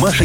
Маша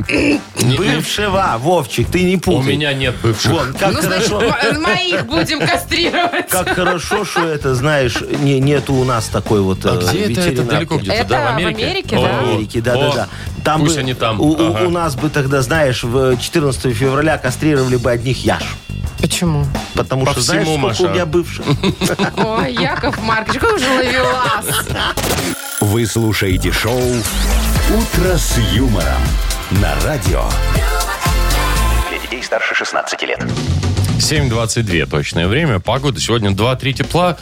Не- не- Бывшего, Вовчик, ты не У путай. меня нет бывших. Вон, как Ну, значит, хорошо. мо- моих будем кастрировать. Как хорошо, что это, знаешь, не, нету у нас такой вот А э, где это? Это ветеринарки. далеко где-то, Это да? В в Америке? Америке, О, да. В Америке, да, о, да, да. Там Пусть бы- они там. У, у- Ага. у нас бы тогда, знаешь, в 14 февраля кастрировали бы одних яш. Почему? Потому По что, знаешь, всему, сколько Маша. у меня бывших. Ой, Яков Маркович, какой же ловелас. Вы слушаете шоу «Утро с юмором» на радио. Для детей старше 16 лет. 7.22 точное время. Погода сегодня 2-3 тепла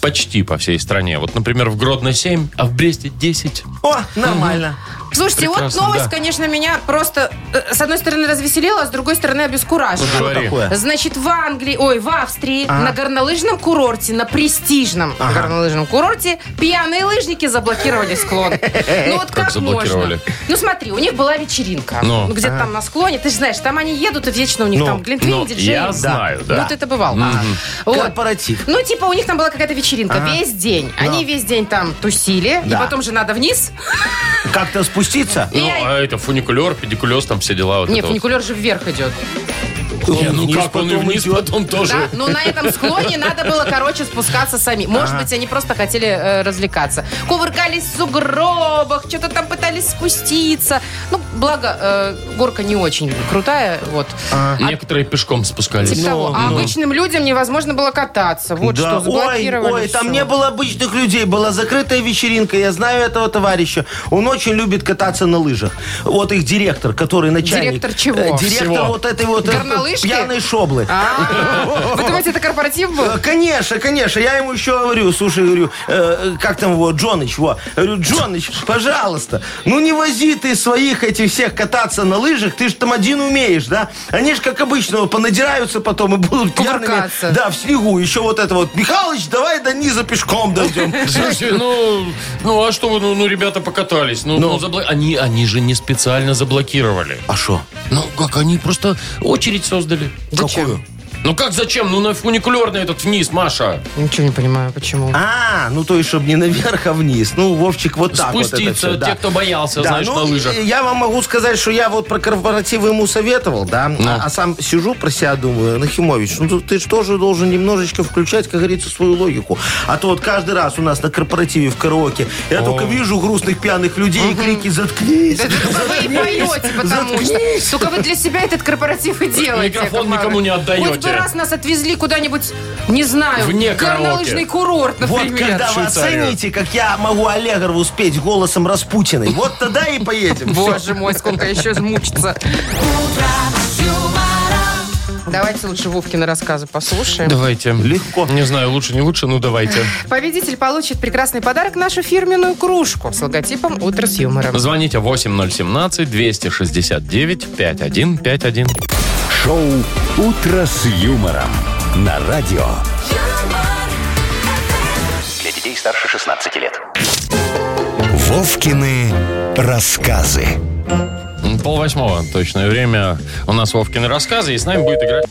почти по всей стране. Вот, например, в Гродно 7, а в Бресте 10. О, нормально. Слушайте, вот Прекрасно, новость, да. конечно, меня просто, э, с одной стороны, развеселила, а с другой стороны, Ну, обескуражила. говори. Что такое? А. Значит, в Англии, ой, в Австрии на горнолыжном курорте, на престижном горнолыжном курорте пьяные лыжники заблокировали склон. Ну вот Как как, заблокировали? можно? Ну смотри, у них была вечеринка. Ну. Ну, где-то там на склоне. Ты же знаешь, там они едут, и вечно у них Ну, там глинтвейн, ну, диджей. я знаю, да. Вот это бывало. Вот. Корпоратив. Ну, типа, у них там была какая-то вечеринка весь день. Они весь день там тусили, Да. и потом же надо вниз. Как-то спуститься? И Ну, а это фуникулер, педикулез, там все дела. Ну, а Вот Не, это вот. фуникулер же вверх идет. И Не, ну вниз как он и потом вниз идет. потом Да, тоже. но на этом склоне надо было, короче, спускаться сами. Может быть, они просто хотели э, развлекаться. Кувыркались в сугробах, что-то там пытались спуститься. Ну, благо, э, горка не очень крутая, вот. А, А Некоторые пешком спускались. Типа того. А обычным людям невозможно было кататься. Вот ну, Да, что, заблокировали Ой, ой, там всё. не было обычных людей, была закрытая вечеринка. Я знаю этого товарища. Он очень любит кататься на лыжах. Вот их директор, который начальник. Директор чего? Э, Директор Всего. вот этой вот э, Горнолыжки? пьяной шоблы. А, Вы думаете, это корпоратив был? Э, Конечно, конечно. Я ему еще говорю, слушай, говорю, э, как там его, Джоныч, во. Говорю, Джоныч, пожалуйста, ну не вози ты своих этих всех кататься на лыжах, ты же там один умеешь, да? Они же, как обычно, понадираются потом и будут пьяными. Кувыркаться. Да, в снегу. Еще вот это вот, Михалыч, давай до низа пешком дойдем. Слушайте, ну, ну а что вы, ну, ну, ребята покатались. Ну, ну, забла- они, они же не специально заблокировали. А что? Ну как, они просто очередь создали. Какую? Ну как зачем? Ну на фуникулерный этот вниз, Маша. Ничего не понимаю, почему. А, ну то есть, чтобы не наверх, а вниз. Ну, Вовчик, вот так вот это Спуститься, все, да. те, кто боялся, Да, знаешь, ну, на лыжах. и Я вам могу сказать, что я вот про корпоративы ему советовал, да, Ну. а, а сам сижу про себя думаю, Нахимович, ну ты же тоже должен немножечко включать, как говорится, свою логику. А то вот каждый раз у нас на корпоративе в караоке я только вижу грустных пьяных людей и крики «Заткнись!» Да вы и поете, потому что. Только вы для себя этот корпоратив и делаете. Микрофон Яков Маркович. никому не отдаете. Хоть бы раз нас отвезли куда-нибудь, не знаю, Вне в горнолыжный караоке. курорт, Вот например. когда вы Швейцарию. оцените, как я могу Аллегрову спеть голосом Распутиной, вот тогда и поедем. Всё. Боже мой, сколько еще мучиться. Давайте лучше Вовкины рассказы послушаем. Давайте. Легко. Не знаю, лучше не лучше, ну давайте. Победитель получит прекрасный подарок нашу фирменную кружку с логотипом «Утро с юмором». Звоните 8017-269-5151. Шоу «Утро с юмором» на радио. Для детей старше 16 лет. Вовкины рассказы. Пол восьмого точное время. У нас Вовкины рассказы, и с нами будет играть...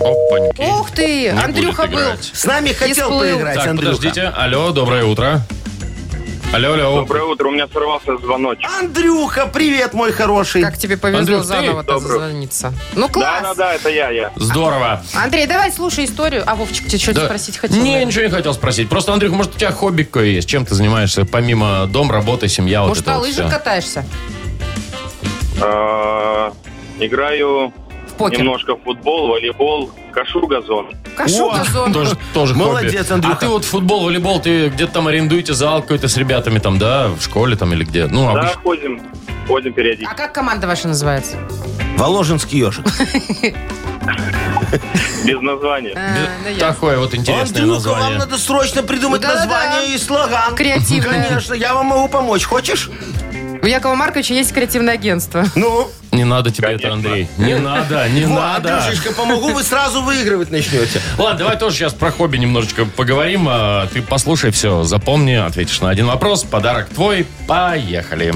Опаньки. Ух ты, Не Андрюха будет был. играть. С нами хотел всплыл. поиграть, Так, Андрюха. подождите. Алло, доброе утро. Алло, алло. Доброе утро, у меня сорвался звоночек. А, Андрюха, привет, мой хороший. Как тебе повезло Андрюх, ты? заново-то Добрый. зазвониться. Ну Да, класс. да, да, это я, я. Здорово. Андрей, давай слушай историю. А Вовчик, тебе что-то Да. спросить хотел? Не, наверное? ничего не хотел спросить. Просто, Андрюх, может, у тебя хобби какое есть? Чем ты занимаешься? Помимо дом, работы, семья, Может, вот это на вот лыжах всё. катаешься? Э, Играю В покер. немножко в футбол, волейбол, кашу газон. Кашу О, газон. Тоже, тоже Молодец, хобби. Андрюха. А ты вот футбол, волейбол, ты где-то там арендуете зал какой-то с ребятами там, да? В школе там или где? Ну, Да, обычно. ходим, ходим периодически. А как команда ваша называется? Воложенский ежик. Без названия. А, да я. Такое вот интересное Андрюха, название. вам надо срочно придумать Да-да-да. название и слоган. Креативное. Конечно, я вам могу помочь. Хочешь? У Якова Марковича есть креативное агентство. Ну, Не надо тебе это, Андрей. Не надо, не вот, надо. Андрюшечка, помогу, вы сразу выигрывать начнете. Ладно, давай тоже сейчас про хобби немножечко поговорим. А, Ты послушай все, запомни, ответишь на один вопрос. Подарок твой. Поехали.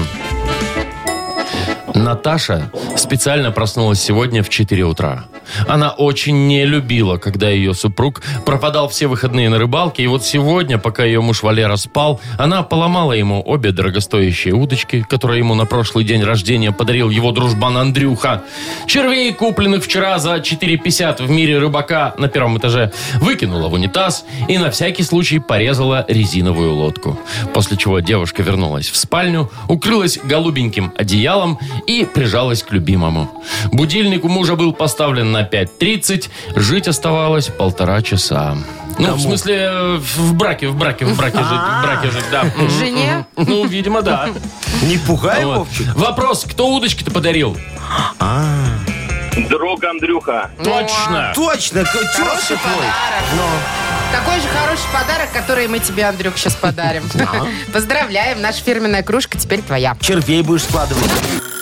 Наташа специально проснулась сегодня в 4 утра. Она очень не любила, когда ее супруг пропадал все выходные на рыбалке. И вот сегодня, пока ее муж Валера спал, она поломала ему обе дорогостоящие удочки, которые ему на прошлый день рождения подарил его дружбан Андрюха. Червей, купленных вчера за 4,50 в мире рыбака на первом этаже, выкинула в унитаз и на всякий случай порезала резиновую лодку. После чего девушка вернулась в спальню, укрылась голубеньким одеялом и прижалась к любимому. Будильник у мужа был поставлен на 5.30, жить оставалось полтора часа. Ну, в смысле, э, в браке, в браке, в браке жить, в браке жить, да. Мгм, Жене? мгм. Ну, видимо, да. Не пугай, Вот. Вовчик. Вопрос, кто удочки-то подарил? Э. Друг Андрюха. Точно! Точно, тёрся твой. Такой же хороший подарок, который мы тебе, Андрюк, сейчас подарим. Поздравляем, наша фирменная кружка теперь твоя. Червей будешь складывать.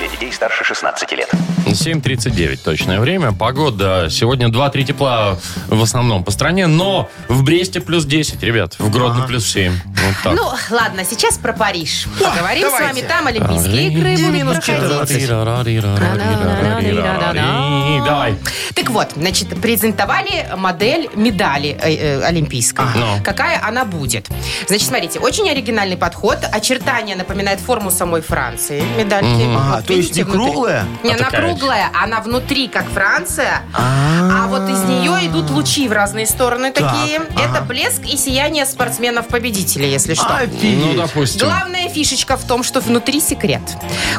Для детей старше 16 лет. 7.39 точное время. Погода сегодня 2-3 тепла в основном по стране, но в Бресте плюс 10, ребят. В Гродно плюс 7. Вот так. Ну, ладно, сейчас про Париж. Поговорим с вами. Там Олимпийские игры будут проходить. Давай. Так Так вот, значит, презентовали модель медали э, э, олимпийской. Ну. Какая она будет? Значит, смотрите, очень оригинальный подход. Очертания напоминает форму самой Франции медальки. А, Вот то есть не видите, внутри. круглая? Не, А она такая круглая, она внутри, как Франция, а вот из нее идут лучи в разные стороны Так, такие. Это блеск и сияние спортсменов-победителей, А, если что. Ну, Офигеть. допустим. Главная фишечка в том, что внутри секрет.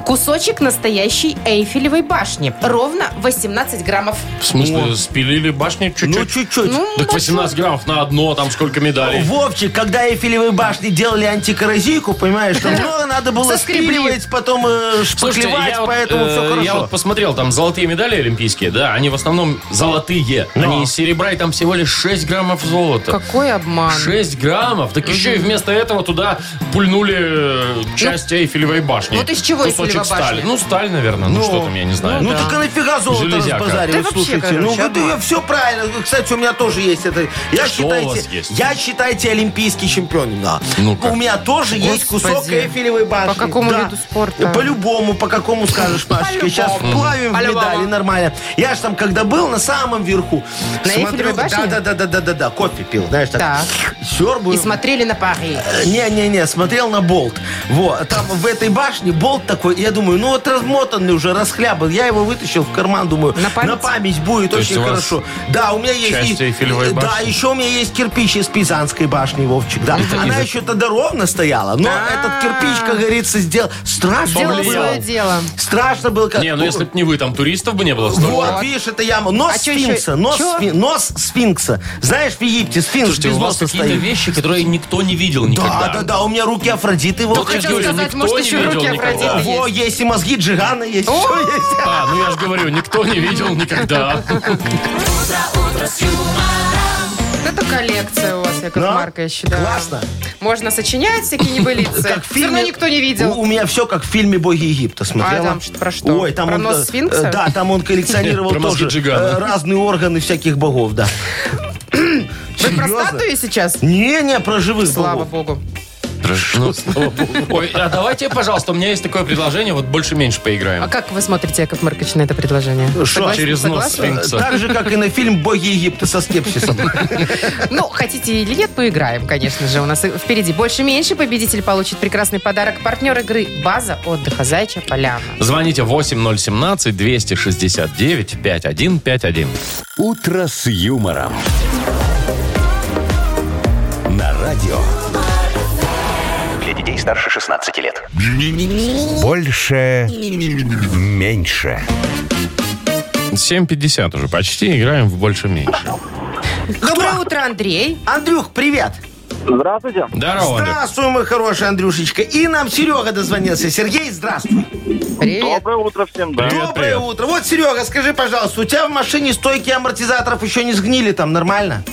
Кусочек настоящей Эйфелевой башни. Ровно 18 граммов. В смысле, спилили башни Ну, чуть-чуть? чуть-чуть. Так 18 граммов на одно, там сколько медалей. Вовчик, когда Эйфелевые башни делали антикоррозийку, понимаешь, там много надо было Соскребли. скрипливать, потом э, Слушайте, шпаклевать, я вот, поэтому э, все хорошо. Я вот посмотрел, там золотые медали олимпийские, да, они в основном золотые. Они из серебра, и там всего лишь 6 граммов золота. Какой обман. 6 граммов? Так еще и вместо этого туда пульнули э, Ну, часть Эйфелевой башни. вот из чего Кусочек Эйфелева башня? стали. Ну, сталь, наверное, ну, что там, я не знаю. Ну так и нафига золото Железяка. разбазаривать, Да вообще, слушайте. короче, ну, вот обман. я все правильно. Ну, Кстати, у меня тоже есть это. Что Я, у считайте, вас есть? я считайте олимпийский чемпион. Да. Ну как? у меня тоже есть Господи. кусок эфелевой башни. По какому Да. виду спорта? По любому, по какому скажешь, Машечка. Сейчас вплавим в медали, нормально. Я ж там, когда был на самом верху, На смотрю, Эйфелевой башне? да, да, да, да, да, да, да, кофе пил, знаешь, так, Так. сербую. И смотрели на Пари. Не-не-не, смотрел на болт. Вот, там в этой башне болт такой, я думаю, ну вот размотанный уже, расхлябан. Я его вытащил в карман, думаю, На память? будет То есть очень у вас хорошо. Да, у меня есть... часть и- Эйфелевой Да, башни? еще у меня есть кирпич из Пизанской башни, Вовчик, да. Она еще тогда ровно стояла, но этот кирпич, как говорится, сделал... Страшно Делала свое было. дело. Страшно было, как... Не, ну если бы не вы, там туристов бы не было столько. Вот, видишь, это яма. Нос А чё сфинкса, ещё? нос, Чё? сфи- нос сфинкса. Знаешь, в Египте сфинкс Слушайте, без у вас носа какие-то стоит. вещи, которые никто не видел никогда. Да, да, да, у меня руки Афродиты, Вот Вовчик. я же Хотела говорю, сказать, никто может, не еще видел руки никогда. Афродиты Во, есть и мозги Джигана, есть все есть. А, ну я же говорю, никто не видел никогда. Ну. Вот Это коллекция у вас, Яков Да? Маркович. да. Классно. Можно сочинять всякие небылицы. Как в Все равно фильме- никто не У, видел. у меня все как в фильме «Боги Египта» смотрела. А там что- про что? Ой, там Про он, нос э, сфинкса? э, Да, там он коллекционировал Про мозги тоже Джигана. э, разные органы всяких богов, да. Вы про Серьезно? статуи сейчас? Не-не, про живых Слава богов. богу. Ну, слава богу. Ой, а давайте, пожалуйста, у меня есть такое предложение, вот больше-меньше А поиграем. как вы смотрите, Яков Маркович, на это предложение? Что? Через нос согласна? Э, сфинкса. Так же, как и на фильм «Боги Египта» со скепсисом. Ну, хотите или нет, поиграем, конечно же. У нас и- впереди больше-меньше. Победитель получит прекрасный подарок. Партнер игры «База отдыха Зайча Поляна». Звоните 8017-269-5151. «Утро с юмором». На радио Для детей старше 16 лет. «Больше, меньше». 7.50 уже почти, играем в больше-меньше. Доброе утро, Андрей. Андрюх, привет. Здравствуйте. Здорово, Андрюх. Здравствуй, мой хороший Андрюшечка. И нам Серега дозвонился. Сергей, здравствуй. Привет. Доброе утро всем, да. Привет, Доброе привет. утро. Вот, Серега, скажи, пожалуйста, у тебя в машине стойки амортизаторов еще не сгнили там, нормально?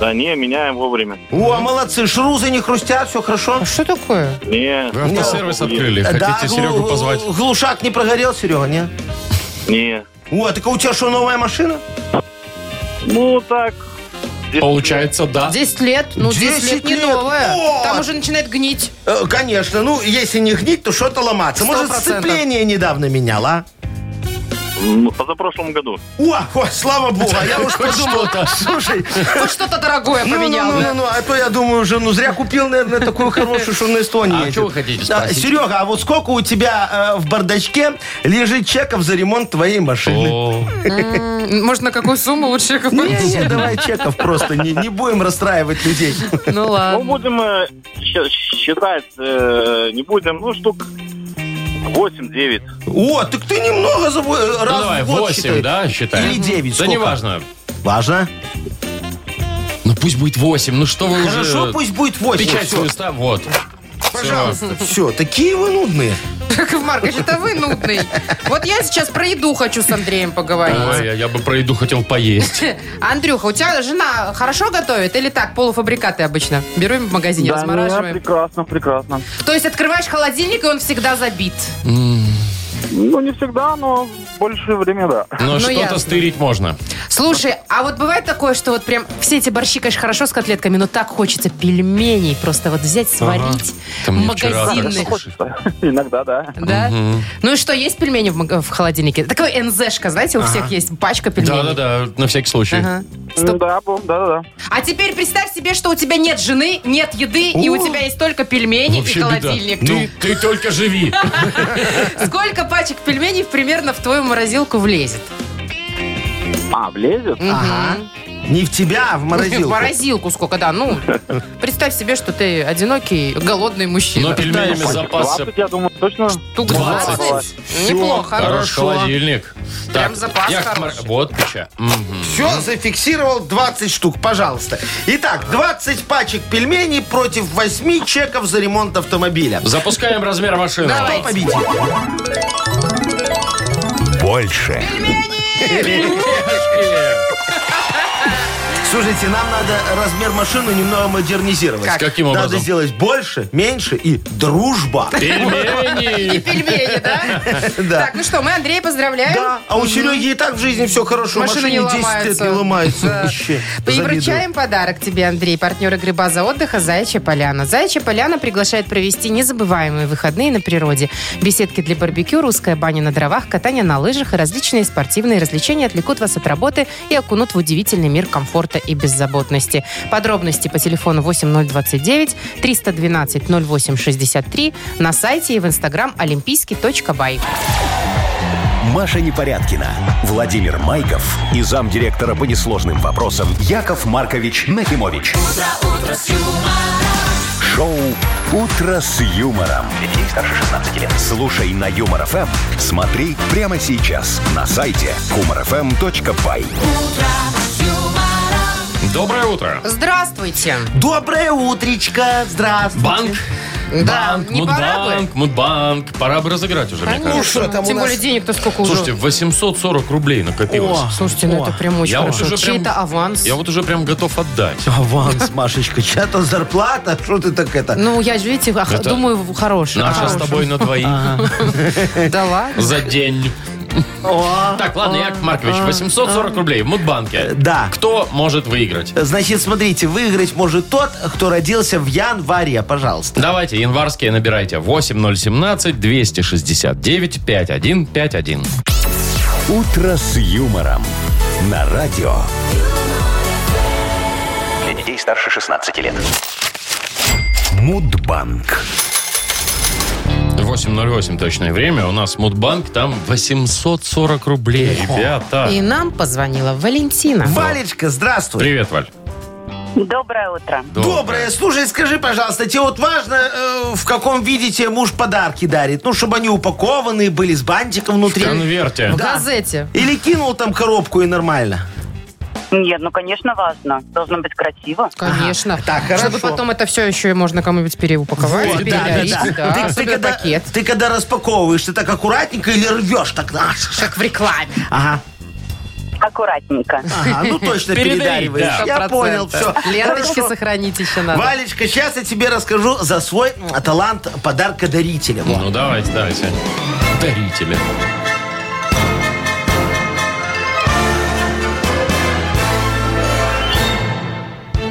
Да не, меняем вовремя. О, молодцы, шрузы не хрустят, все хорошо. А что такое? Не. Вы автосервис Нет. открыли, Да, ну, хотите глу- Серегу позвать? Глушак не прогорел, Серега, не? Не. О, так а у тебя что, новая машина? Ну так. Получается, да. 10 лет? Ну, 10, 10 лет не лет. новое. Вот. Там уже начинает гнить. Э, конечно, ну, если не гнить, то что-то ломаться. Может, 100%. сцепление недавно менял, а? м, Позапрошлом году. О, о, слава богу, а я уж Хоть подумал. что-то. Слушай, Хоть что-то дорогое ну, поменял. ну, ну, ну, а то я думаю уже, ну зря купил, наверное, такую хорошую, что на Эстонии А ездит. чё вы хотите Да, спросить? Серега, а вот сколько у тебя э, в бардачке лежит чеков за ремонт твоей машины? О, Ну, ну. М, Может, на какую сумму лучше Яков Не, Маркович? не, давай чеков просто, не, не будем расстраивать людей. Ну Ну, ладно. будем э, ща- считать, э, не будем, ну, штук 8-9. О, так ты немного за во- э, раз Ну давай, в год 8, считай. да, считаем? Или 9, Да сколько? неважно. Важно. Ну пусть будет 8, ну что вы уже... Хорошо, пусть будет 8. Печать свою став- вот. Пожалуйста. Все, такие вы нудные. Яков Маркович, это вы нудный. Вот я сейчас про еду хочу с Андреем Ой, поговорить. я, я бы про еду хотел поесть. Андрюха, у тебя жена хорошо готовит или так, полуфабрикаты обычно? Берем в магазине, ну, размораживаем. прекрасно, прекрасно. То есть открываешь холодильник, и он всегда забит. Ну, не всегда, но больше время, да. Но Ну, что-то ясно. стырить можно. Слушай, а вот бывает такое, что вот прям все эти борщи, конечно, хорошо с котлетками, но так хочется пельменей просто вот взять, сварить. Там мне вчера Магазинных. так- Хочется. Иногда, да. Да? Ну и что, есть пельмени в, маг- в холодильнике? Такой НЗшка, знаете, у всех есть пачка пельменей. Да-да-да, на всякий случай. Ага. Ну, Да, бом, да, да, да. А теперь представь себе, что у тебя нет жены, нет еды, и у тебя есть только пельмени Вообще и беда. холодильник. Ты, Типа Ну, ты только живи. Ну, сколько пачек пельменей примерно в твою морозилку влезет? А, влезет? Ага. Не в тебя, а в В морозилку. морозилку сколько, да. Ну, представь себе, что ты одинокий, голодный Но Ну, мужчина. пельменями запаса 20, я думаю, точно. Штук 20. 20. Всё, Неплохо. хорош холодильник. Прям запас Яков хороший. Марк- Вот, печа. Мгм. Все, зафиксировал 20 штук, пожалуйста. Итак, 20 пачек пельменей против 8 чеков за ремонт автомобиля. Запускаем размер машины. Кто Давайте. победит? Больше. Слушайте, нам надо размер машины немного модернизировать. Как? Каким Надо образом? сделать больше, меньше и дружба. И Пельмени. пельмени, да? Да. Так, ну что, мы Андрея поздравляем. Да, а у Сереги и так в жизни все хорошо. Машина не Машине 10 лет ломается. не ломается. Да. Вообще, И завидую. вручаем подарок тебе, Андрей, партнер игры «База отдыха» «Заячья поляна». «Заячья поляна» приглашает провести незабываемые выходные на природе. Беседки для барбекю, русская баня на дровах, катание на лыжах и различные спортивные развлечения отвлекут вас от работы и окунут в удивительный мир комфорта и беззаботности. Подробности по телефону 8029 312 0863 на сайте и в инстаграм олимпийский.бай. Маша Непорядкина, Владимир Майков и замдиректора по несложным вопросам Яков Маркович Нахимович. Шоу Утро с юмором. Детей старше 16 лет. Слушай на юмор ФМ. Смотри прямо сейчас на сайте humorfm.by. Доброе утро. Здравствуйте! Доброе утречко, здравствуйте. Банк. Да, Банк, не пора бы? Мудбанк, Мудбанк. Пора бы разыграть уже, мне Конечно. кажется. что там у Тем нас? более денег-то сколько уже? Слушайте, 840 рублей накопилось. О. Слушайте, ну О. это прям очень Я вот хорошо. уже прям- Чей-то аванс. Я вот уже прям готов отдать. Аванс, Машечка, чья-то зарплата, что ты так это... Ну, я же, видите, ах- Это думаю, в- хороший. Наша с Хороший. тобой на двоих Да ладно. за день. Так, ладно, Яков Маркович, 840 рублей в Мудбанке. Да. Кто может выиграть? Значит, смотрите, выиграть может тот, кто родился в январе, пожалуйста. Давайте, январские набирайте. 8017-269-5151. Утро с юмором. На радио. Для детей старше 16 лет. Мудбанк. 8.08 точное время. У нас Мудбанк, там 840 рублей, ребята. И нам позвонила Валентина. Валечка, здравствуй. Привет, Валь. Доброе утро. Доброе. Слушай, скажи, пожалуйста, тебе вот важно, э, в каком виде тебе муж подарки дарит? Ну, чтобы они упакованные были, с бантиком внутри. Конверте. В газете. Или кинул там коробку и нормально. Нет, ну, конечно, важно. Должно быть красиво. Конечно. Так, Чтобы хорошо. потом это все еще можно кому-нибудь переупаковать, Вот, передарить. да, Ты- Ты, особенно когда, пакет. ты когда распаковываешь, ты так аккуратненько или рвешь так? а, ш- ш- Как в рекламе. Ага. Аккуратненько. Ага, ну точно Передай, передариваешь. да. Я понял, все. Ленточки сохранить еще надо. Валечка, сейчас я тебе расскажу за свой м, талант подарка дарителя. Ну, давайте, давайте. Дарители.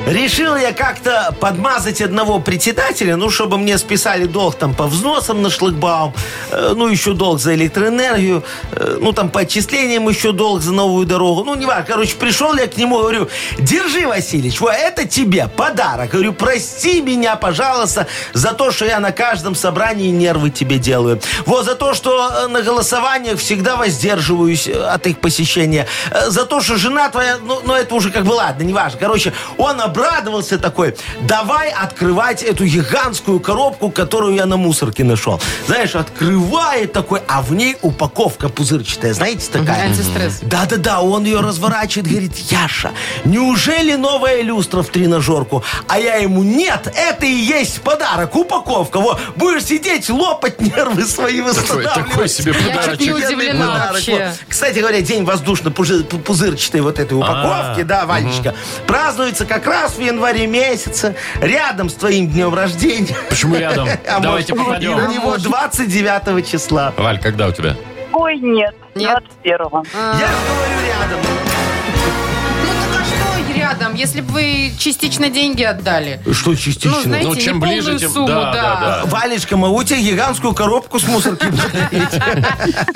Решил я как-то подмазать одного председателя, ну, чтобы мне списали долг там по взносам на шлагбаум, э, ну, еще долг за электроэнергию, э, ну, там по отчислениям еще долг за новую дорогу. Ну, не важно. Короче, пришел я к нему, говорю, держи, Васильевич, вот это тебе подарок. Говорю, прости меня, пожалуйста, за то, что я на каждом собрании нервы тебе делаю. Вот за то, что э, на голосованиях всегда воздерживаюсь э, от их посещения. Э, За то, что жена твоя, ну, ну, это уже как бы ладно, неважно. Короче, он обрадовался такой, давай открывать эту гигантскую коробку, которую я на мусорке нашел. Знаешь, открывает такой, а в ней упаковка пузырчатая, знаете, такая. Антистресс. Да-да-да, он ее разворачивает, говорит, Яша, неужели новая люстра в тренажерку? А я ему, нет, это и есть подарок, упаковка. Во, будешь сидеть, лопать нервы свои Такой, восстанавливать. такой себе Я чуть не подарочек. удивлена Офигенный подарок, вообще. вот. Кстати говоря, день воздушно-пузырчатой вот А. этой упаковки, да, Валечка, празднуется как раз в январе месяце, рядом с твоим днем рождения. Почему рядом? А Давайте может, и А попадем. У него 29 числа. Валь, когда у тебя? Ой, нет, Нет. 21-го. Я же говорю рядом. Ну так а что рядом, если бы вы частично деньги отдали? Что Ну, частично? знаете, Ну, чем не полную ближе, тем- сумму, да, да, да, Валечка, могу тебе гигантскую коробку с мусорки подарить?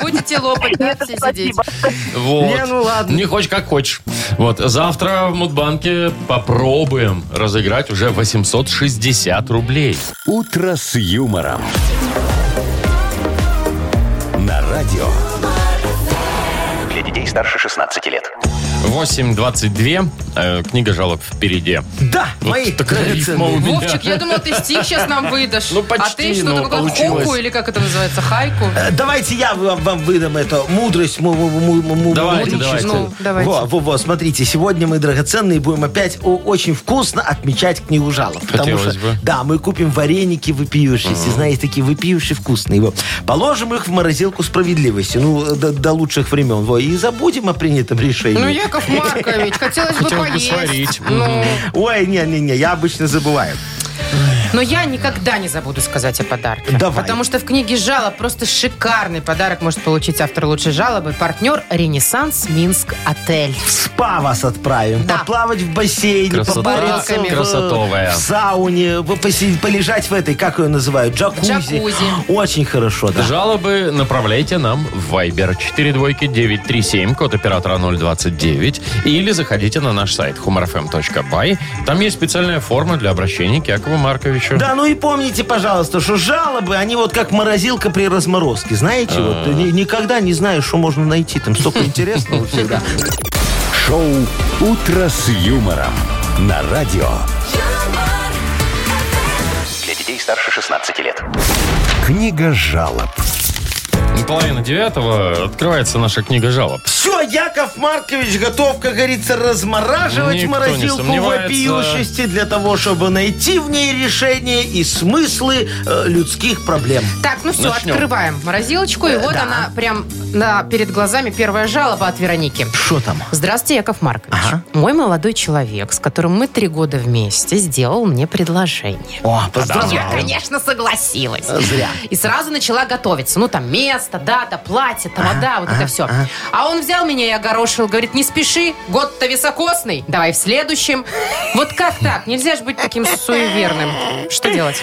Будете лопать, да, Нет, все сидеть. спасибо. Вот. Не, ну ладно. Не хочешь, как хочешь. Вот. Завтра в Мудбанке попробуем разыграть уже 860 рублей. «Утро с юмором». На радио. Для детей старше 16 лет. 8.22. Э, книга жалоб впереди. Да, Вот мои такая рифма у драгоценные. меня. Вовчик, я думал, ты стих сейчас нам выдашь. Ну, почти, А ты что-то но какую получилось. хуку или как это называется, хайку? Э, Давайте я вам, вам выдам эту мудрость. му- му- му- му- му- Давайте, мудрическую. давайте. Ну, давайте. Во, во, во, смотрите, сегодня мы драгоценные будем опять о- очень вкусно отмечать книгу жалоб. Потому Хотелось что, бы. да, мы купим вареники вопиющиеся, знаете, такие выпившие вкусные. Во. Положим их в морозилку справедливости, ну, до, до лучших времен. Во, и забудем о принятом решении. Ну, Яков Маркович, хотелось бы Хотел бы поесть. сварить. Ну, Ой, не-не-не, я обычно забываю. Но я никогда не забуду сказать о подарке. Давай. Потому что в книге жалоб просто шикарный подарок может получить автор лучшей жалобы. Партнер «Ренессанс Минск Отель». В спа вас отправим. Да. Поплавать в бассейне, Красота попариться в, э, красотовая. в сауне, вы поси- полежать в этой, как ее называют, джакузи. Джакузи. Очень хорошо, да. Жалобы направляйте нам в Viber 42937, код оператора 029, или заходите на наш сайт humorfm.by. Там есть специальная форма для обращения к Якову Марковичу. Да, ну и помните, пожалуйста, что жалобы, они вот как морозилка при разморозке. Знаете, А. вот ни- никогда не знаешь, что можно найти. Там столько интересного всегда. Шоу «Утро с юмором». На радио. юмор, Для детей старше 16 лет. Книга жалоб. Половина девятого открывается наша книга жалоб. Все, Яков Маркович готов, как говорится, размораживать Никто не морозилку сомневается. вопиющести для того, чтобы найти в ней решения и смыслы э, людских проблем. Так, ну все, Начнем. открываем морозилочку. Э, И вот да. она прям на, перед глазами первая жалоба от Вероники. Что там? Здравствуйте, Яков Маркович. Ага. Мой молодой человек, с которым мы три года вместе, сделал мне предложение. О, Я, поздравляю. конечно, согласилась. Э, Зря. И сразу начала готовиться. Ну, там место, дата, платье, тамада, вот это все. А он взял меня и огорошил. Говорит, не спеши, год-то високосный. Давай в следующем. Вот как так? Нельзя же быть таким суеверным. Что делать?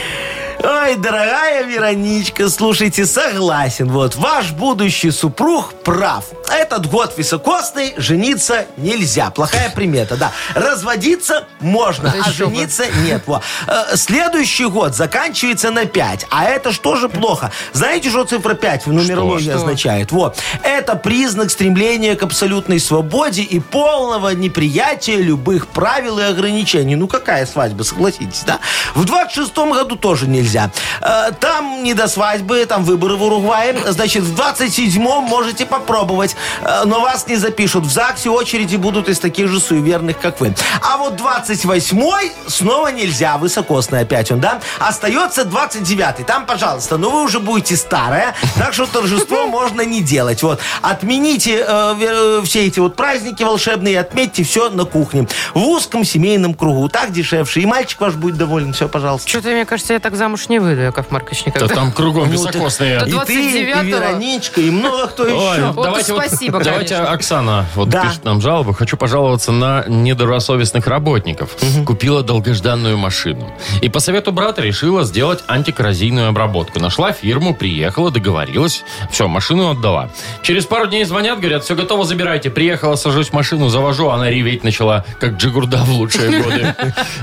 Ой, дорогая Вероничка, слушайте, согласен. Вот, ваш будущий супруг прав. Этот год високосный, жениться нельзя. Плохая примета, да. Разводиться можно, а Еще бы. жениться нет. Во. Э, Следующий год заканчивается на 5. А это что же плохо? Знаете, что цифра 5 в нумерологии Что? означает? Вот. Это признак стремления к абсолютной свободе и полного неприятия любых правил и ограничений. Ну, какая свадьба, согласитесь, да? В 26-м году тоже нельзя. Э, Там не до свадьбы, там выборы в Уругвае. Значит, в 27-м можете попробовать, э, но вас не запишут. В ЗАГСе очереди будут из таких же суеверных, как вы. А вот 28-й снова нельзя. Высокосный опять он, да? Остается 29-й. Там, пожалуйста, но вы уже будете старая, так что торжество можно не делать. Вот. Отмените э, ве- э, все эти вот праздники волшебные, отметьте все на кухне. В узком семейном кругу. Так дешевше. И мальчик ваш будет доволен. Все, пожалуйста. Что-то, мне кажется, я так замуж не выйду, Яков Маркович, Да никогда. там кругом Ну, так- високосные. Да И ты, и 29-го. Вероничка, и много кто Ой, еще. Вот давайте уж вот- спасибо, давайте конечно. Оксана вот Да. пишет нам жалобу. Хочу пожаловаться на недобросовестных работников. Купила долгожданную машину. И по совету брата решила сделать антикоррозийную обработку. Нашла фирму, приехала, договорилась. Все, машину отдала. Через пару дней звонят, говорят, все готово, забирайте. Приехала, сажусь в машину, завожу. Она реветь начала, как джигурда в лучшие годы.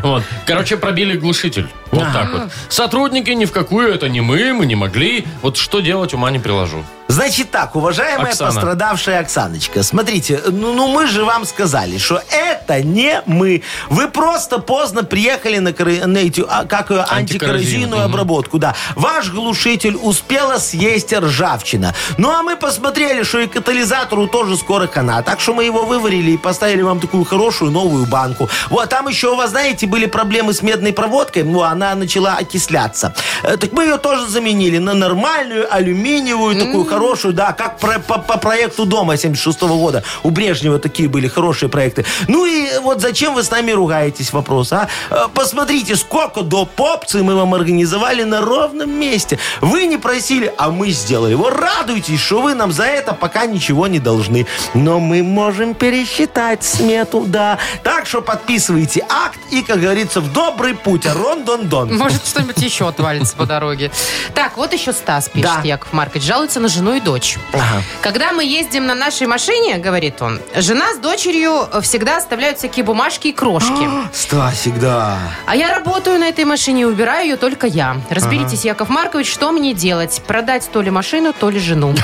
Вот. Короче, пробили глушитель. Вот так вот. Сотрудники ни в какую, это не мы, мы не могли. Вот что делать, ума не приложу. Значит так, уважаемая Оксана. пострадавшая Оксаночка, смотрите, ну, ну мы же вам сказали, что это не мы. Вы просто поздно приехали на, коры- на эти, а, как ее, Антикоррозийную, антикоррозийную обработку, да. Ваш глушитель успела съесть ржавчина. Ну а мы посмотрели, что и катализатору тоже скоро хана. Так что мы его выварили и поставили вам такую хорошую новую банку. Вот, там еще у вас, знаете, были проблемы с медной проводкой, ну она начала окисляться. Э, Так мы ее тоже заменили на нормальную алюминиевую, такую хорошую хорошую, да, как про- по, по проекту дома 76 года. У Брежнева такие были хорошие проекты. Ну и вот зачем вы с нами ругаетесь, вопрос, а? Э, Посмотрите, сколько до попцы мы вам организовали на ровном месте. Вы не просили, а мы сделали. Вы радуйтесь, что вы нам за это пока ничего не должны. Но мы можем пересчитать смету, да. Так что подписывайте акт и, как говорится, в добрый путь. Рон-дон-дон. Может, что-нибудь еще отвалится по дороге. Так, вот еще Стас пишет, Да. Яков Маркович, жалуется на жену и дочь. Ага. Когда мы ездим на нашей машине, говорит он, жена с дочерью всегда оставляют всякие бумажки и крошки. А. Стасик, да. А я работаю на этой машине и убираю ее только я. Разберитесь, Яков Маркович, что мне делать? Продать то ли машину, то ли жену.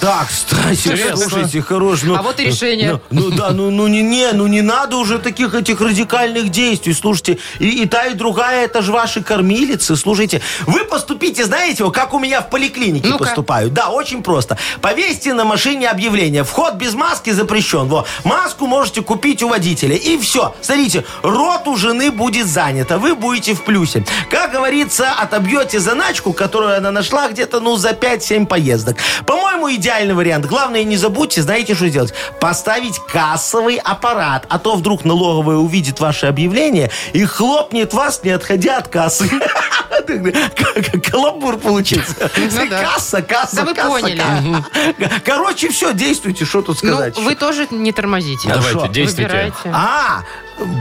Так, Стасик, Интересно. слушайте, хорош. Ну, А вот и решение. Ну, ну да, ну, ну не, не, ну не надо уже таких этих радикальных действий. Слушайте, и, и та, и другая, это же ваши кормилицы. Слушайте, вы поступите, знаете, вот как у меня в поликлинике Ну-ка. поступают. Да, очень просто. Повесьте на машине объявление. Вход без маски запрещен. Во, маску можете купить у водителя. И все. Смотрите, рот у жены будет занят, а вы будете в плюсе. Как говорится, отобьете заначку, которую она нашла где-то, ну, за 5-7 поездок. По-моему, идеальный вариант. Главное, не забудьте, знаете, что сделать? Поставить кассовый аппарат, а то вдруг налоговая увидит ваше объявление и хлопнет вас, не отходя от кассы. Каламбур получился. Ну да. Касса, касса, Да вы касса, поняли. касса. Короче, все, действуйте, что тут Ну, сказать. вы тоже не тормозите. Да, Ну, Давайте, шо? действуйте. Выбирайте. А,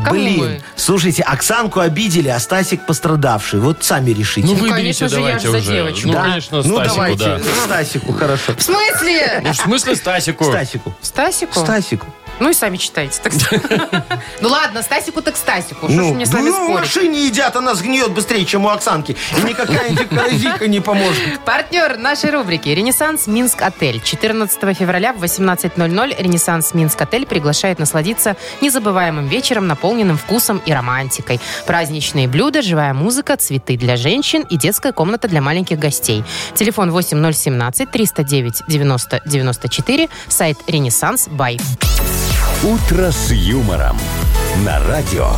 блин, вы? слушайте, Оксанку обидели, а Стасик пострадавший. Вот сами решите. Ну, Ну, выберите конечно же, я давайте ж за уже. девочку. Ну, Да? конечно, Ну, Стасику, давайте, да. Стасику, хорошо. В смысле? Ну, в смысле Стасику? Стасику. Стасику? Стасику. Ну и сами читайте. так сказать. Ну ладно, Стасику так Стасику. Что ж Ну, мне с вами ну, в спорить? машине едят, она сгниет быстрее, чем у Оксанки. И никакая антикорозика не поможет. Партнер нашей рубрики «Ренессанс Минск Отель». 14 февраля в 18.00 «Ренессанс Минск Отель» приглашает насладиться незабываемым вечером, наполненным вкусом и романтикой. Праздничные блюда, живая музыка, цветы для женщин и детская комната для маленьких гостей. Телефон 8017 309 90 94, сайт «Ренессанс Бай». «Утро с юмором» на радио.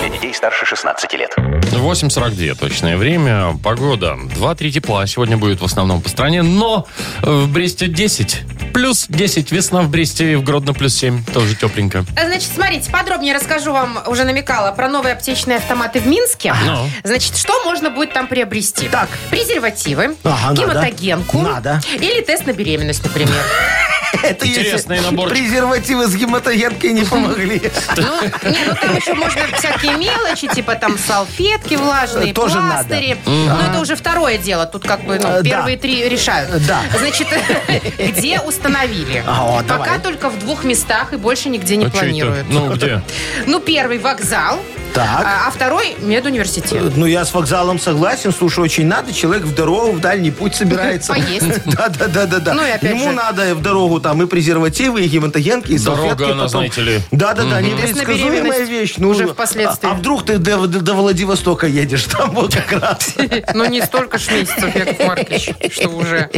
Для детей старше 16 лет. 8.42 точное время. Погода 2-3 тепла. Сегодня будет в основном по стране. Но э, в Бресте 10. Плюс 10. Весна в Бресте и в Гродно плюс 7. Тоже тепленько. А, Значит, смотрите, подробнее расскажу вам, уже намекала, про новые аптечные автоматы в Минске. Ну. Значит, что можно будет там приобрести? Так. Презервативы, Ага, надо. гематогенку. Надо. Или тест на беременность, например. Это если Интересный наборчик. Презервативы с гематогенкой не помогли. Ну, не, ну там еще можно всякие мелочи, типа там салфетки влажные, Э, Тоже надо. пластыри. Но это уже второе дело. Тут как бы ну, Э, да. Э, первые три решают. Да. Значит, где установили? А, о, давай. Пока только в двух местах и больше нигде не А чё это? планируют. Ну, где? Ну, первый вокзал, Так. а, а второй медуниверситет. Ну, я с вокзалом согласен. Слушай, очень надо. Человек в дорогу, в дальний путь собирается. Поесть. Да-да-да-да. Ну и опять Ему же. надо в дорогу там и презервативы, и гематогенки, и Дорога, салфетки она, потом. знаете ли. Да-да-да, Тест на непредсказуемая беременность вещь. Ну, уже впоследствии. А, а вдруг ты до, до- до Владивостока едешь? Там вот как раз. Ну, не столько ж месяцев, Яков Маркович, что уже.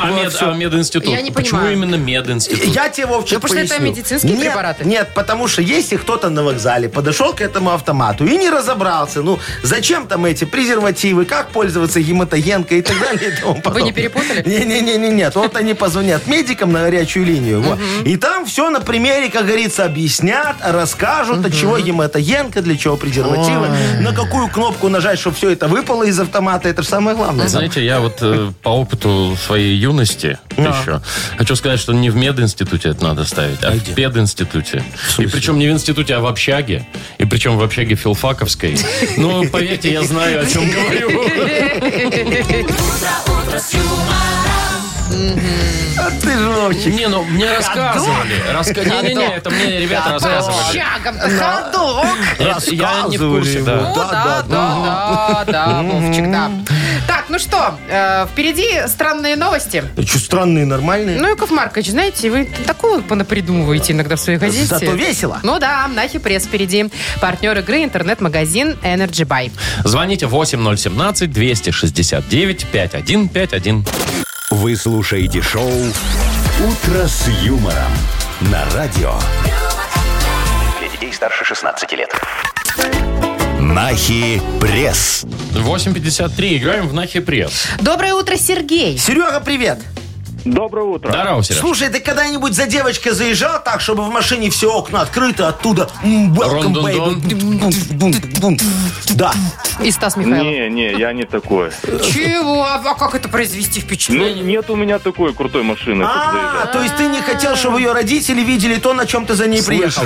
А, мед- а мединститут? Я не Почему понимаю. именно мединститут? Я тебе, Вовчик, Ну, потому что это поясню. медицинские Нет, препараты. Нет, потому что если кто-то на вокзале подошел к этому автомату и не разобрался, ну, зачем там эти презервативы, как пользоваться гематогенкой и так далее. и тому подобное. не перепутали? Не-не-не, нет. Вот они позвонят медикам на горячую линию. вот. И там все на примере, как говорится, объяснят, расскажут, от чего гематогенка, для чего презервативы, на какую кнопку нажать, чтобы все это выпало из автомата. Это же самое главное. Знаете, я вот э, по опыту своей юности еще хочу сказать, что не в мединституте это надо ставить, а, в пединституте. И причем не в институте, а в общаге. И причем в общаге филфаковской. Ну, поверьте, я знаю, о чем говорю. А ты же, Вовчик, Не, ну мне рассказывали. Раска- Не-не-не, это мне ребята рассказывали. Общагам-то ходок. Это- Я не в курсе, да. О, Рассказывали ему. да, Да, да, да, да, Вовчик, да. Так, ну что, э, впереди странные новости. что, странные, нормальные? Ну, Яков Маркович, знаете, вы такого понапридумываете иногда в своей газете. Зато весело. Ну да, Нахи Пресс впереди. Партнер игры интернет-магазин Energy Buy. Звоните 8017-269-5151. Вы слушаете шоу «Утро с юмором» на радио. Для детей старше 16 лет. Нахи пресс. 8.53, играем в Нахи Пресс. Доброе утро, Сергей. Серега, привет. Доброе утро. Здорово, Сереж. Слушай, ты когда-нибудь за девочкой заезжал так, чтобы в машине все окна открыто, оттуда м, welcome, Рон-дон-дон. baby. Бум-бум-бум-бум. Да. И Стас Михайлов. Не, не, я не такой. Чего? А как это произвести Ну, впечатление? нет у меня такой крутой машины. чтоб А, заезжать. то есть ты не хотел, чтобы ее родители видели то, на чем ты за ней приехал.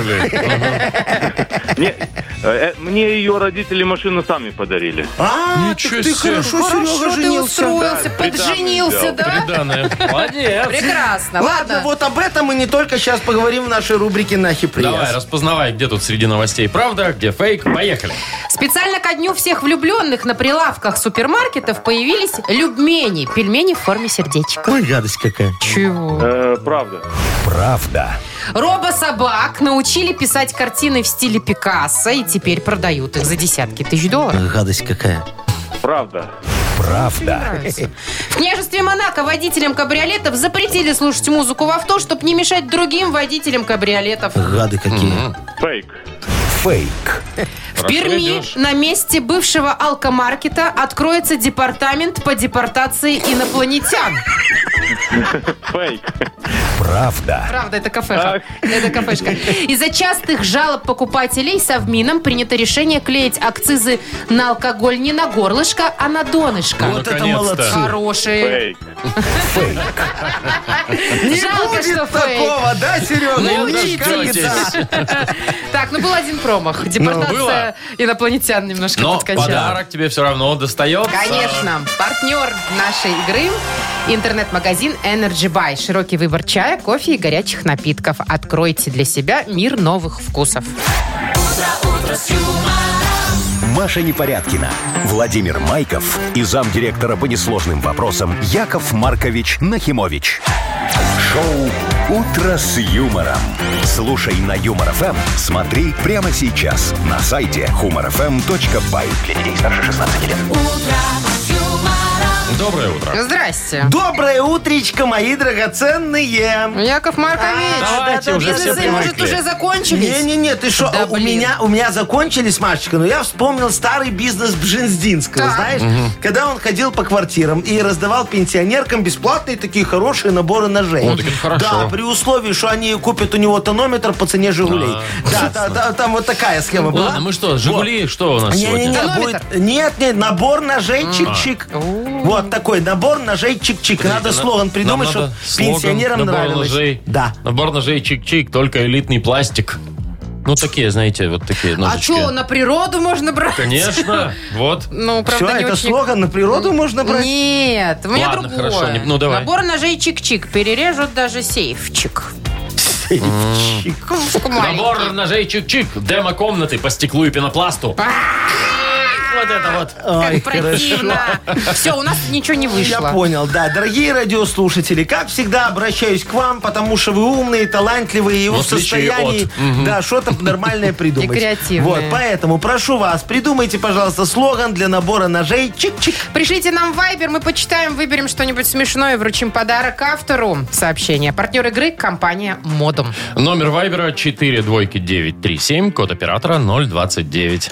Не, э, э, Мне ее родители машину сами подарили. А, Ничего так ты себе. хорошо, Серега, Хорошо ты женился. устроился, приданное подженился, взял. да? Приданное. Молодец. Прекрасно. Ладно, Ладно. вот об этом мы не только сейчас поговорим в нашей рубрике «Нахи пресс». Давай, распознавай, где тут среди новостей правда, где фейк. Поехали. Специально ко дню всех влюбленных на прилавках супермаркетов появились любмени. Пельмени в форме сердечка. Ой, гадость какая. Чего? Э, Правда. Правда. Робособак научили писать картины в стиле Пикассо и теперь продают их за десятки тысяч долларов. Гадость какая. Правда. Правда. В княжестве Монако водителям кабриолетов запретили слушать музыку в авто, чтобы не мешать другим водителям кабриолетов. Гады какие. Фейк. Фейк. В Перми идешь. на месте бывшего алкомаркета откроется департамент по депортации инопланетян. Фейк. Правда. Правда, это кафешка. Это кафешка. Из-за частых жалоб покупателей Совмином принято решение клеить акцизы на алкоголь не на горлышко, а на донышко. Вот это наконец-то. молодцы. Хорошие. Фейк. Жалко, что фейк. такого, да, Серега? Ну, Ну, дождетесь. Так, ну был один промах. Депортация инопланетян немножко Но подкачала. подарок тебе все равно достается. Конечно. Партнер нашей игры – интернет-магазин Energy Buy. Широкий выбор чая, кофе и горячих напитков. Откройте для себя мир новых вкусов. Маша Непорядкина, Владимир Майков и замдиректора по несложным вопросам Яков Маркович Нахимович. Шоу «Утро с юмором». Слушай на Юмор ФМ, смотри прямо сейчас на сайте humorfm.by. Для детей старше 16 лет. Доброе утро. Здрасте. Доброе утречко, мои драгоценные. Ну, Яков Маркович. А, Давайте уже все Бизнесы, может, привыкли. уже закончились? Не-не-не, ты что, Да, у, блин. меня, у меня закончились, Машечка, но я вспомнил старый бизнес Бжензинского, Так. знаешь? Когда он ходил по квартирам и раздавал пенсионеркам бесплатные такие хорошие наборы ножей. О, так это хорошо. Да, при условии, что они купят у него тонометр по цене «Жигулей». Да, да, да, там вот такая схема была. Ладно, мы что, «Жигули», что у нас сегодня? Не-не-не, Тонометр? А. будет- Нет, нет, набор ножей чик-чик. Вот такой набор ножей чик-чик. Надо слоган придумать, Нам чтобы надо слоган, пенсионерам набор нравилось. ножей. Да. Набор ножей чик-чик, только элитный пластик. Ну, такие, знаете, вот такие А ножички. что, на природу можно брать? Конечно, вот. Ну, Все, правда, не это очень... слоган на природу можно брать? Нет, у меня Ладно, другое. хорошо, не- ну, давай. Набор ножей чик-чик. Перережут даже сейфчик. Чик. Маленький. Набор ножей чик-чик, демо-комнаты по стеклу и пенопласту. А! Вот это вот. Ой, Как противно. Все, у нас ничего не Я вышло. понял, да. Дорогие радиослушатели, как всегда обращаюсь к вам, потому что вы умные, талантливые и В в отличие состоянии от. Мгм. да, что-то нормальное придумать. И креативные. Вот, поэтому прошу вас, придумайте, пожалуйста, слоган для набора ножей чик-чик. Пришлите нам в Viber, мы почитаем, выберем что-нибудь смешное и вручим подарок автору сообщения. Партнер игры – компания «Модум». Номер Вайбера 4 двойки 937, код оператора 029.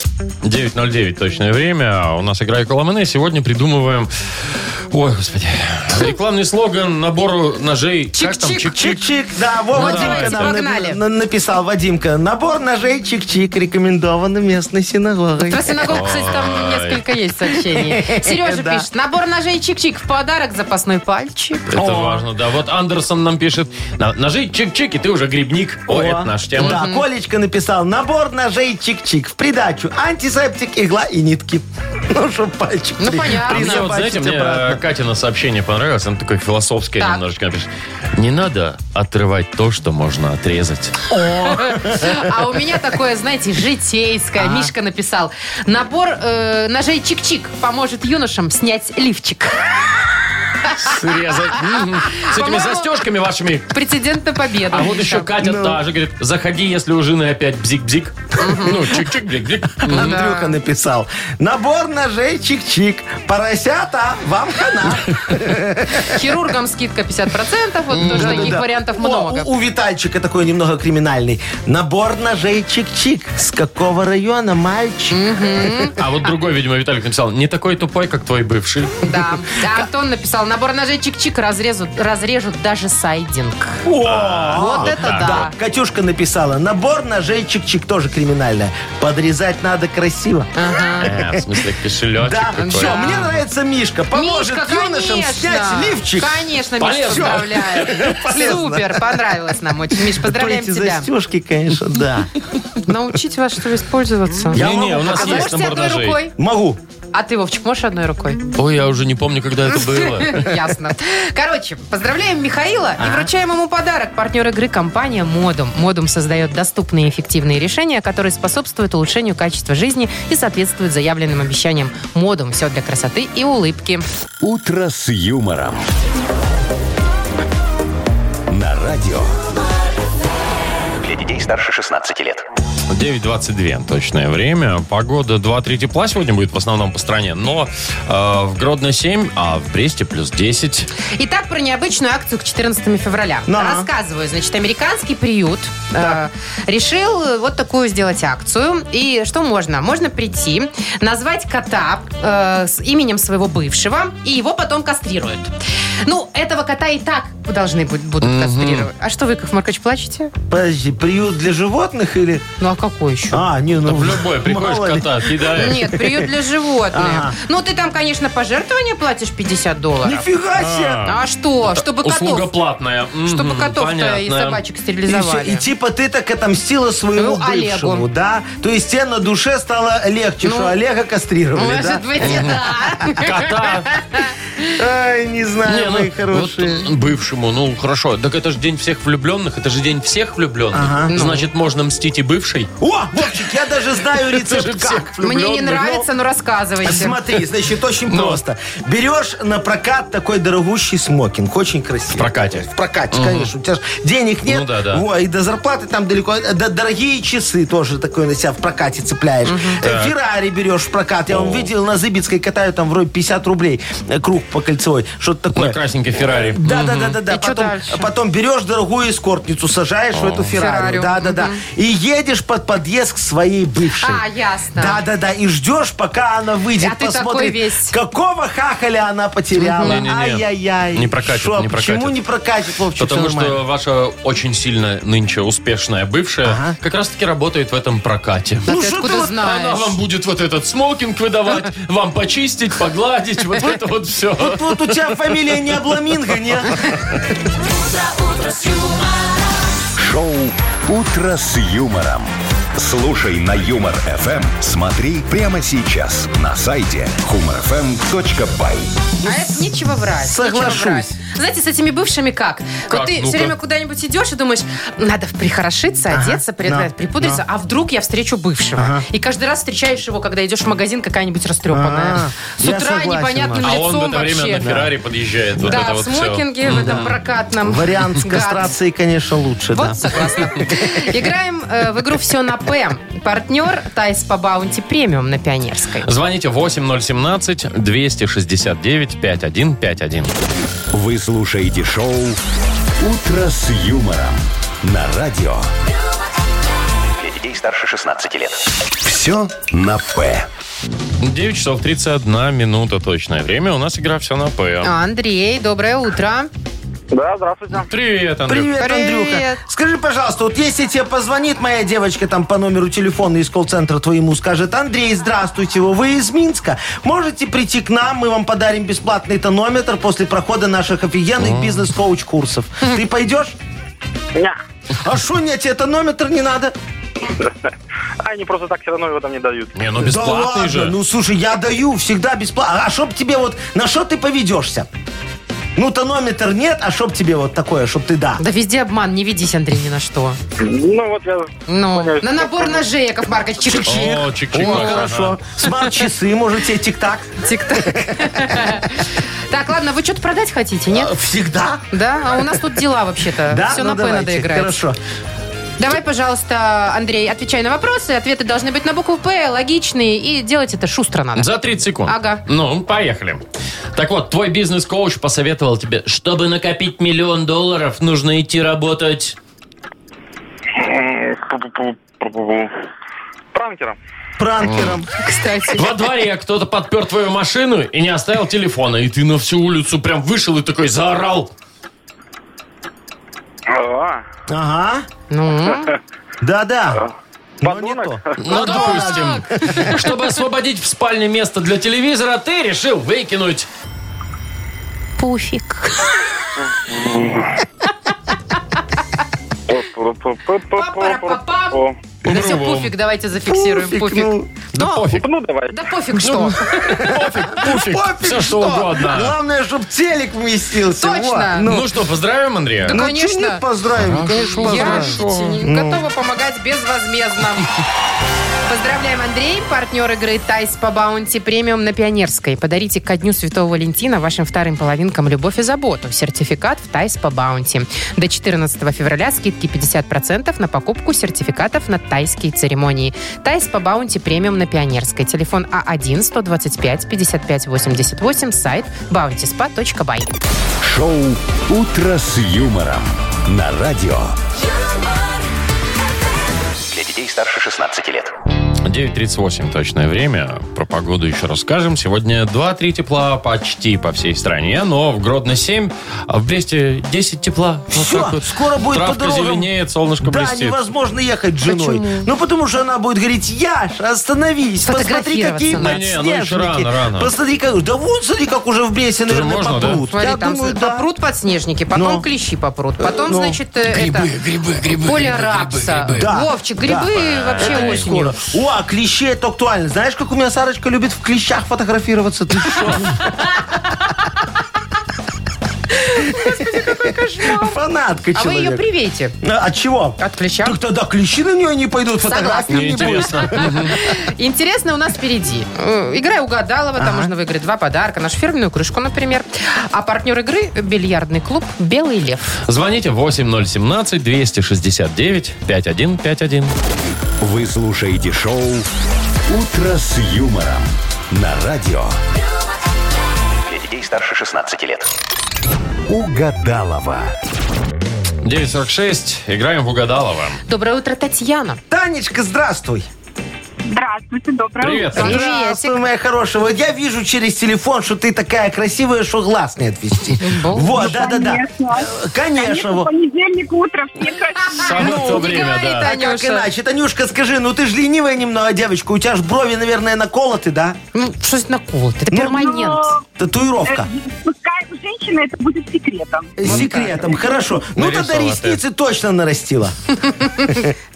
9.09 точное время. А У нас игра Эколамене. Сегодня придумываем... Ой, господи. Рекламный слоган набору ножей. Как там? Чик-чик. Чик-чик. Чик-чик, да, вот Ну, Вадимка давайте, нам погнали. на- на- написал. Вадимка, набор ножей чик-чик рекомендован местной синагогой. Про синагогу, кстати, там Ой. несколько есть сообщений. Сережа Да. пишет, набор ножей чик-чик в подарок, запасной пальчик. Это важно, да. Вот Андерсон нам пишет. «На- Ножи чик-чик, и ты уже грибник. Ой, это наша тема. Да, Колечка написал, набор ножей чик-чик. В придачу антисептик, игла и нитки. Ну, чтоб пальчик Ну, при- понятно. Мне вот, знаете, присобачить мне э, обратно. Катина сообщение понравилось, она такое философское Так. немножечко напишет. Не надо отрывать то, что можно отрезать. А у меня такое, знаете, А. житейское. Мишка написал, набор э, ножей чик-чик поможет юношам снять лифчик. срезать. Мгм. С этими По-моему, застежками вашими. Прецедент на победу. А вот еще Катя та же говорит, заходи, если у жены опять бзик-бзик. Ну, чик-чик, бзик-бзик. Андрюха написал. Набор ножей чик-чик. Поросята, вам хана. Хирургам скидка 50%, вот тоже таких Да-да-да. вариантов О, много. У, у Витальчика такой немного криминальный. Набор ножей чик-чик. С какого района, мальчик? А вот другой, видимо, Виталик написал, не такой тупой, как твой бывший. Да. Да, Антон написал, набор ножей чик-чик разрежут, разрежут даже сайдинг. О, А, вот это да. Катюшка написала. Набор ножей чик-чик тоже криминальная. Подрезать надо красиво. Э, В смысле, кошелечек Да, какой. все, мне нравится Мишка. Поможет Мишка, юношам конечно. снять лифчик. Конечно, Миш, Полезно. поздравляю. Полезно. Супер, понравилось нам очень. Миш, поздравляем Только эти тебя. застежки, конечно, да. Научить вас, что использоваться. Я Не-не, могу у нас А показать? есть можете набор одной ножей. рукой? Могу. А ты, Вовчик, можешь одной рукой? Ой, я уже не помню, когда это было. Ясно. Короче, поздравляем Михаила и вручаем ему подарок. Партнер игры компания «Модум». «Модум» создает доступные и эффективные решения, которые способствуют улучшению качества жизни и соответствуют заявленным обещаниям. «Модум» – все для красоты и улыбки. «Утро с юмором». На радио. Для детей старше 16 лет. 9.22 точное время. Погода 2-3 тепла сегодня будет в основном по стране, но э, в Гродно 7, а в Бресте плюс 10. Итак, про необычную акцию к 14 февраля. Да. Рассказываю. Значит, американский приют э, решил э, вот такую сделать акцию. И что можно? Можно прийти, назвать кота э, с именем своего бывшего, и его потом кастрируют. Ну, этого кота и так должны будут, будут кастрировать. А что вы, Яков Маркович, плачете? Подожди, приют для животных или... Ну, а какой еще? А, не, ну... В любой приходишь мало ли. кота, кидаешь. Нет, приют для животных. А. Ага. Ну, ты там, конечно, пожертвования платишь 50 долларов. Нифига себе! А Ну, что? Чтобы Услуга котов... платная. Мгм, Чтобы котов-то и понятно. собачек И, всё, стерилизовали. и типа ты так отомстила своему Ну, Олегу. бывшему, да? То есть тебе на душе стало легче, Ну, что Олега кастрировали, да? Может быть, и да. Кота. Ай, не знаю, Не, ну, мои вот, хорошие. м, бывшему, ну хорошо. Так это же день всех влюбленных, это же день всех влюбленных. Ага. Значит, можно мстить и бывшей. О, Вовчик, я даже знаю же рецепт всех как. Мне не влюблённых, нравится, но рассказывайте. ну. А Смотри, значит, очень Ну. просто. Берешь на прокат такой дорогущий смокинг, очень красивый. В прокате. В прокате, конечно. У тебя ж денег нет. Ну да, да. Во, и до зарплаты там далеко. Э, Да, дорогие часы тоже такой на себя в прокате цепляешь. Э, Феррари берешь в прокат. Я вам видел, на Зыбицкой катаю там вроде 50 рублей э, круг по кольцевой. Что-то На такое. красненькой Феррари. Да, да, да, да, да. И чё Потом, дальше? потом берешь дорогую эскортницу, сажаешь в эту Феррари. Феррарю. Да, да, да. И едешь под подъезд к своей бывшей. А, ясно. Да, да, да. И ждешь, пока она выйдет, А ты такой посмотрит, весь. какого хахаля она потеряла. Не-не-не. Ай-яй-яй. Не прокатит, Шо, не Почему прокатит. не прокатит, Вовчик? Потому всё нормально? что ваша очень сильно нынче успешная бывшая Ага. как раз-таки работает в этом прокате. Да Ну, ты что откуда ты вот- Она знаешь? вам будет вот этот смокинг выдавать, вам почистить, погладить, вот это вот все. Вот, вот у тебя фамилия не Обламинго, не? Шоу «Утро с юмором». Слушай на Юмор ФМ. Смотри прямо сейчас на сайте humorfm.by. А это нечего врать. нечего Соглашусь. врать. Знаете, с этими бывшими как? Как? Вот ты Ну-ка. все время куда-нибудь идешь и думаешь, надо прихорошиться, одеться, при- да, припудриться, а вдруг я встречу бывшего. И каждый раз встречаешь его, когда идешь в магазин, какая-нибудь растрепанная. А, С я утра согласен, непонятным А он в лицом это время на вообще. Феррари подъезжает. Вот Да, это в вот всё. смокинге, в этом прокатном. Вариант с Гад. кастрацией, конечно, лучше, да. Вот, согласна. Играем э, в игру «Все на П». Партнер Тайс по Баунти Премиум на Пионерской. Звоните 8017-269-5151. Вы слушаете шоу «Утро с юмором» на радио. Для детей старше 16 лет. Все на «П». 9 часов 31 минута точное время. У нас игра все на П. А, Андрей, доброе утро. Да, здравствуйте. Привет, Андрей. А. Привет, Привет. Андрюха. Скажи, пожалуйста, вот если тебе позвонит моя девочка там по номеру телефона из колл-центра твоему, скажет, Андрей, здравствуйте, вы из Минска, можете прийти к нам, мы вам подарим бесплатный тонометр после прохода наших офигенных бизнес-коуч-курсов. Ты пойдешь? Ня. А что, нет, тебе тонометр не надо? А Они просто так все равно его там не дают. Не, ну да бесплатный ладно, же. ну слушай, я даю всегда бесплатно. А чтоб тебе вот, на что ты поведешься? Ну, тонометр нет, а чтоб тебе вот такое, чтоб ты да. Да везде обман, не ведись, Андрей, ни на что. Ну вот я... Ну, Понятно. на набор ножей, Яков Маркович, чик-чик. О, чик-чик. О, ага. хорошо. Смарт-часы, может, тебе тик-так? Тик-так. Так, ладно, вы что-то продать хотите, нет? А, Всегда? Да, а у нас тут дела вообще-то. Да? Все Ну, на П надо давайте. играть. Хорошо. Давай, пожалуйста, Андрей, отвечай на вопросы. Ответы должны быть на букву П, логичные, и делать это шустро надо. За 30 секунд. Ага. Ну, поехали. Так вот, твой бизнес-коуч посоветовал тебе, чтобы накопить миллион долларов, нужно идти работать. Пранкером. Пранкером. Кстати. Во дворе кто-то подпер твою машину и не оставил телефона. И ты на всю улицу прям вышел и такой заорал. А, Ага. Ну, Да-да. А. Но не подонок? то. Ну, допустим. Чтобы освободить в спальне место для телевизора, ты решил выкинуть. пуфик. Папарапапам. Да все, Попробуем. пуфик, давайте зафиксируем. Пуфик. ну, Да пофиг. Ну, давай. Да пофиг что. Пофиг. пофиг Все что угодно. Главное, чтобы телек вместился. Точно. Вот. Ну, Ну что, поздравим, Андрея? Да, ну, конечно. чё нет, поздравим. Конечно, Я поздравим. видите, готова помогать безвозмездно. Поздравляем, Андрей, партнер игры «Тайс по баунти премиум» на Пионерской. Подарите ко Дню Святого Валентина вашим вторым половинкам любовь и заботу. Сертификат в «Тайс по баунти». До 14 февраля скидки 50% на покупку сертификатов на тайские церемонии. «Тайс по баунти премиум» на Пионерской. Телефон А А1-125-55-88, сайт bountyspa.by. Шоу «Утро с юмором» на радио. Для детей старше 16 лет. 9.38 точное время. Про погоду еще расскажем. Сегодня 2-3 тепла почти по всей стране, но в Гродно 7, а в Бресте 10 тепла. Вот Всё, так вот. скоро будет по Травка дорогам. зеленеет, солнышко Да, блестит. невозможно ехать с женой. Ну, потому что она будет говорить, Яш, остановись, посмотри, какие Сфотографироваться Не, ну надо. еще подснежники. рано, рано. Посмотри, как... Да вот, смотри, как уже в Бресте, же наверное, можно, да? попрут. Смотри, Я там думаю, с- да. попрут подснежники, потом Но. клещи попрут, потом, но. значит, э, это... грибы, грибы. Поле рапса. Да. Вовчик, грибы вообще Это не осенью. скоро. О, а клещи это актуально. Знаешь, как у меня Сарочка любит в клещах фотографироваться? Ты что? Фанатка А вы ее человек. привейте А, От чего? от клеща. Так тогда клещи на нее не пойдут, фотографии не будет. Неинтересно. Интересно у нас впереди. Э, Игра угадала, там можно выиграть два подарка. Нашу фирменную крышку, например. А партнер игры – бильярдный клуб «Белый лев». Звоните 8017-269-5151. Вы слушаете шоу «Утро с юмором» на радио. Для детей старше 16 лет. Угадалова. 946. Играем в Угадалово. Доброе утро, Татьяна. Танечка, здравствуй. Здравствуйте, доброе Привет. Привет. Здравствуй, моя хорошая. Вот я вижу через телефон, что ты такая красивая, что глаз не отвести. Бог. Вот, да-да-да. Э, Конечно. вот. понедельник утро, все красивые. Самое Ну, то не время, говори, да. Таня. А как Танюша. иначе? Танюшка, скажи, ну ты же ленивая немного девочка, у тебя же брови, наверное, наколоты, да? Ну, что это наколот? Это Ну, перманент. Татуировка. Пускай у женщины это будет секретом. С секретом, хорошо. Ну тогда Нарисоватая. ресницы точно нарастила.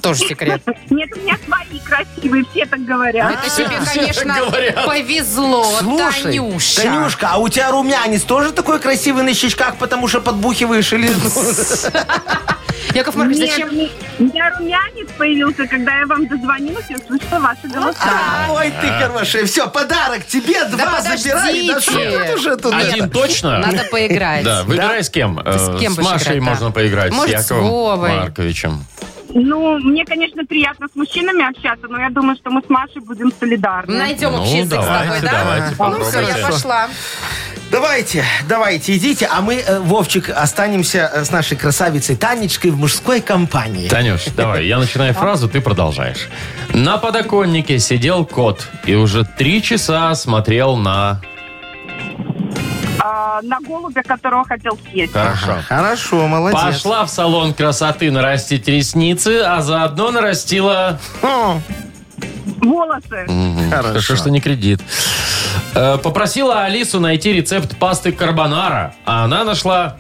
Тоже секрет. Нет, у меня свои красивые, все так говорят. Это тебе, конечно, говорят. повезло, Слушай, Танюша. Танюшка, а у тебя румянец тоже такой красивый на щечках, потому что подбухиваешь или... Яков Маркович, Нет, А, зачем? мне- у меня румянец появился, когда я вам дозвонилась и услышала ваши голоса. А, Ой, ты хорошая. Все, подарок тебе, два подождите. забирай. Да что тут уже тут Один это? точно? Надо поиграть. Да, выбирай с кем. Э, с кем будешь Машей играть, да. можно поиграть, с Может, с Яковом Вовой. Марковичем. Ну, мне, конечно, приятно с мужчинами общаться, но я думаю, что мы с Машей будем солидарны. Найдем Ну, общий язык давайте, с тобой, да? давайте, ну все, попробуйте. я пошла. Давайте, давайте, идите, а мы, э, Вовчик, останемся э, с нашей красавицей Танечкой в мужской компании. Танюш, давай, я начинаю фразу, ты продолжаешь. На подоконнике сидел кот и уже три часа смотрел на... А, на голубя, которого хотел съесть. Хорошо. Хорошо, молодец. Пошла в салон красоты нарастить ресницы, а заодно нарастила... О, Волосы. Хорошо. Хорошо, что не кредит. Э, Попросила Алису найти рецепт пасты карбонара, а она нашла...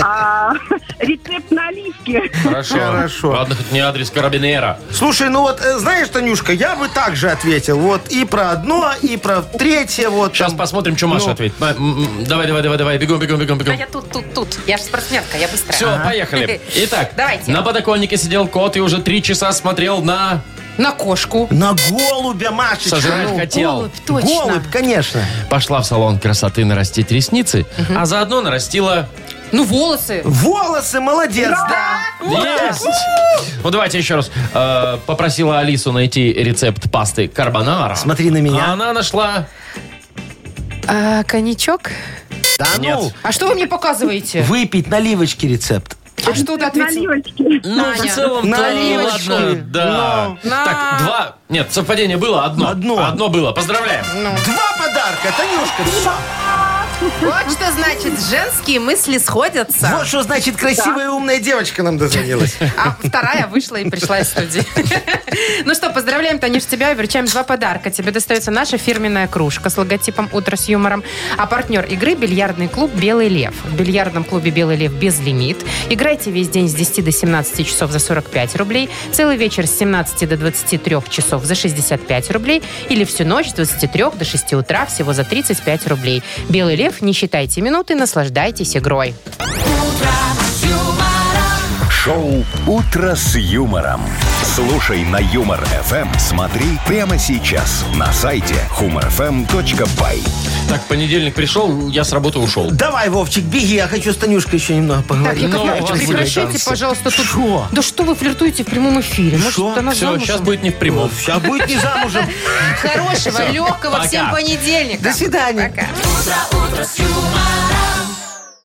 А, рецепт на оливке. Хорошо. Хорошо. Ладно, хоть не адрес карабинера. Слушай, ну вот, э, знаешь, Танюшка, я бы так же ответил. Вот и про одно, и про третье. Вот, Сейчас там. посмотрим, что Маша Ну. ответит. М- м- м, Давай, давай, давай, давай, бегом, бегом, бегом, Да бегом. А я тут, тут, тут. Я же спортсменка, я быстрая. Все, поехали. Итак, Давайте. на подоконнике сидел кот и уже три часа смотрел на... На кошку. На голубя, Машечка. Сожрать ну. хотел. Голубь, точно. Голубь, конечно. Пошла в салон красоты нарастить ресницы, а заодно нарастила... Ну, волосы. Волосы, молодец, да. Есть! Ну, давайте еще раз. Э, Попросила Алису найти рецепт пасты карбонара. Смотри на А меня. она нашла... А, коньячок? Да ну, Нет. А что вы мне показываете? выпить наливочки рецепт. А что ты ответил? Наливочки. Ну, в Таня. целом, На Таня, оливочки. ладно, да. Ну. Так, На. два... Нет, совпадение было одно. Одно. Одно было. Поздравляем. Два подарка, Танюшка. всё. Вот что значит, женские мысли сходятся. Вот что значит красивая и умная девочка нам дозвонилась. А вторая вышла и пришла из студии. Ну что, поздравляем, Танюш, тебя и вручаем два подарка. Тебе достается наша фирменная кружка с логотипом «Утро с юмором», а партнер игры – бильярдный клуб «Белый лев». В бильярдном клубе «Белый лев» без лимит. Играйте весь день с 10 до 17 часов за 45 рублей, целый вечер с 17 до 23 часов за 65 рублей или всю ночь с 23 до 6 утра всего за 35 рублей. «Белый лев», не считайте минуты, наслаждайтесь игрой. Шоу «Утро с юмором». Слушай на Юмор ФМ. Смотри прямо сейчас на сайте humorfm.by. Так, понедельник пришел, я с работы ушел. Давай, Вовчик, беги, я хочу с Танюшкой еще немного Так, поговорить. Яков Ну, Маркович, у вас были прекращайте, шансы. пожалуйста, тут... Шо? Да что вы флиртуете в прямом эфире? Может, Шо? она Все, замужем? сейчас будет не в прямом. Сейчас а будет не замужем. Хорошего, легкого пока. всем понедельника. До свидания. Пока. утро, утро с юмором.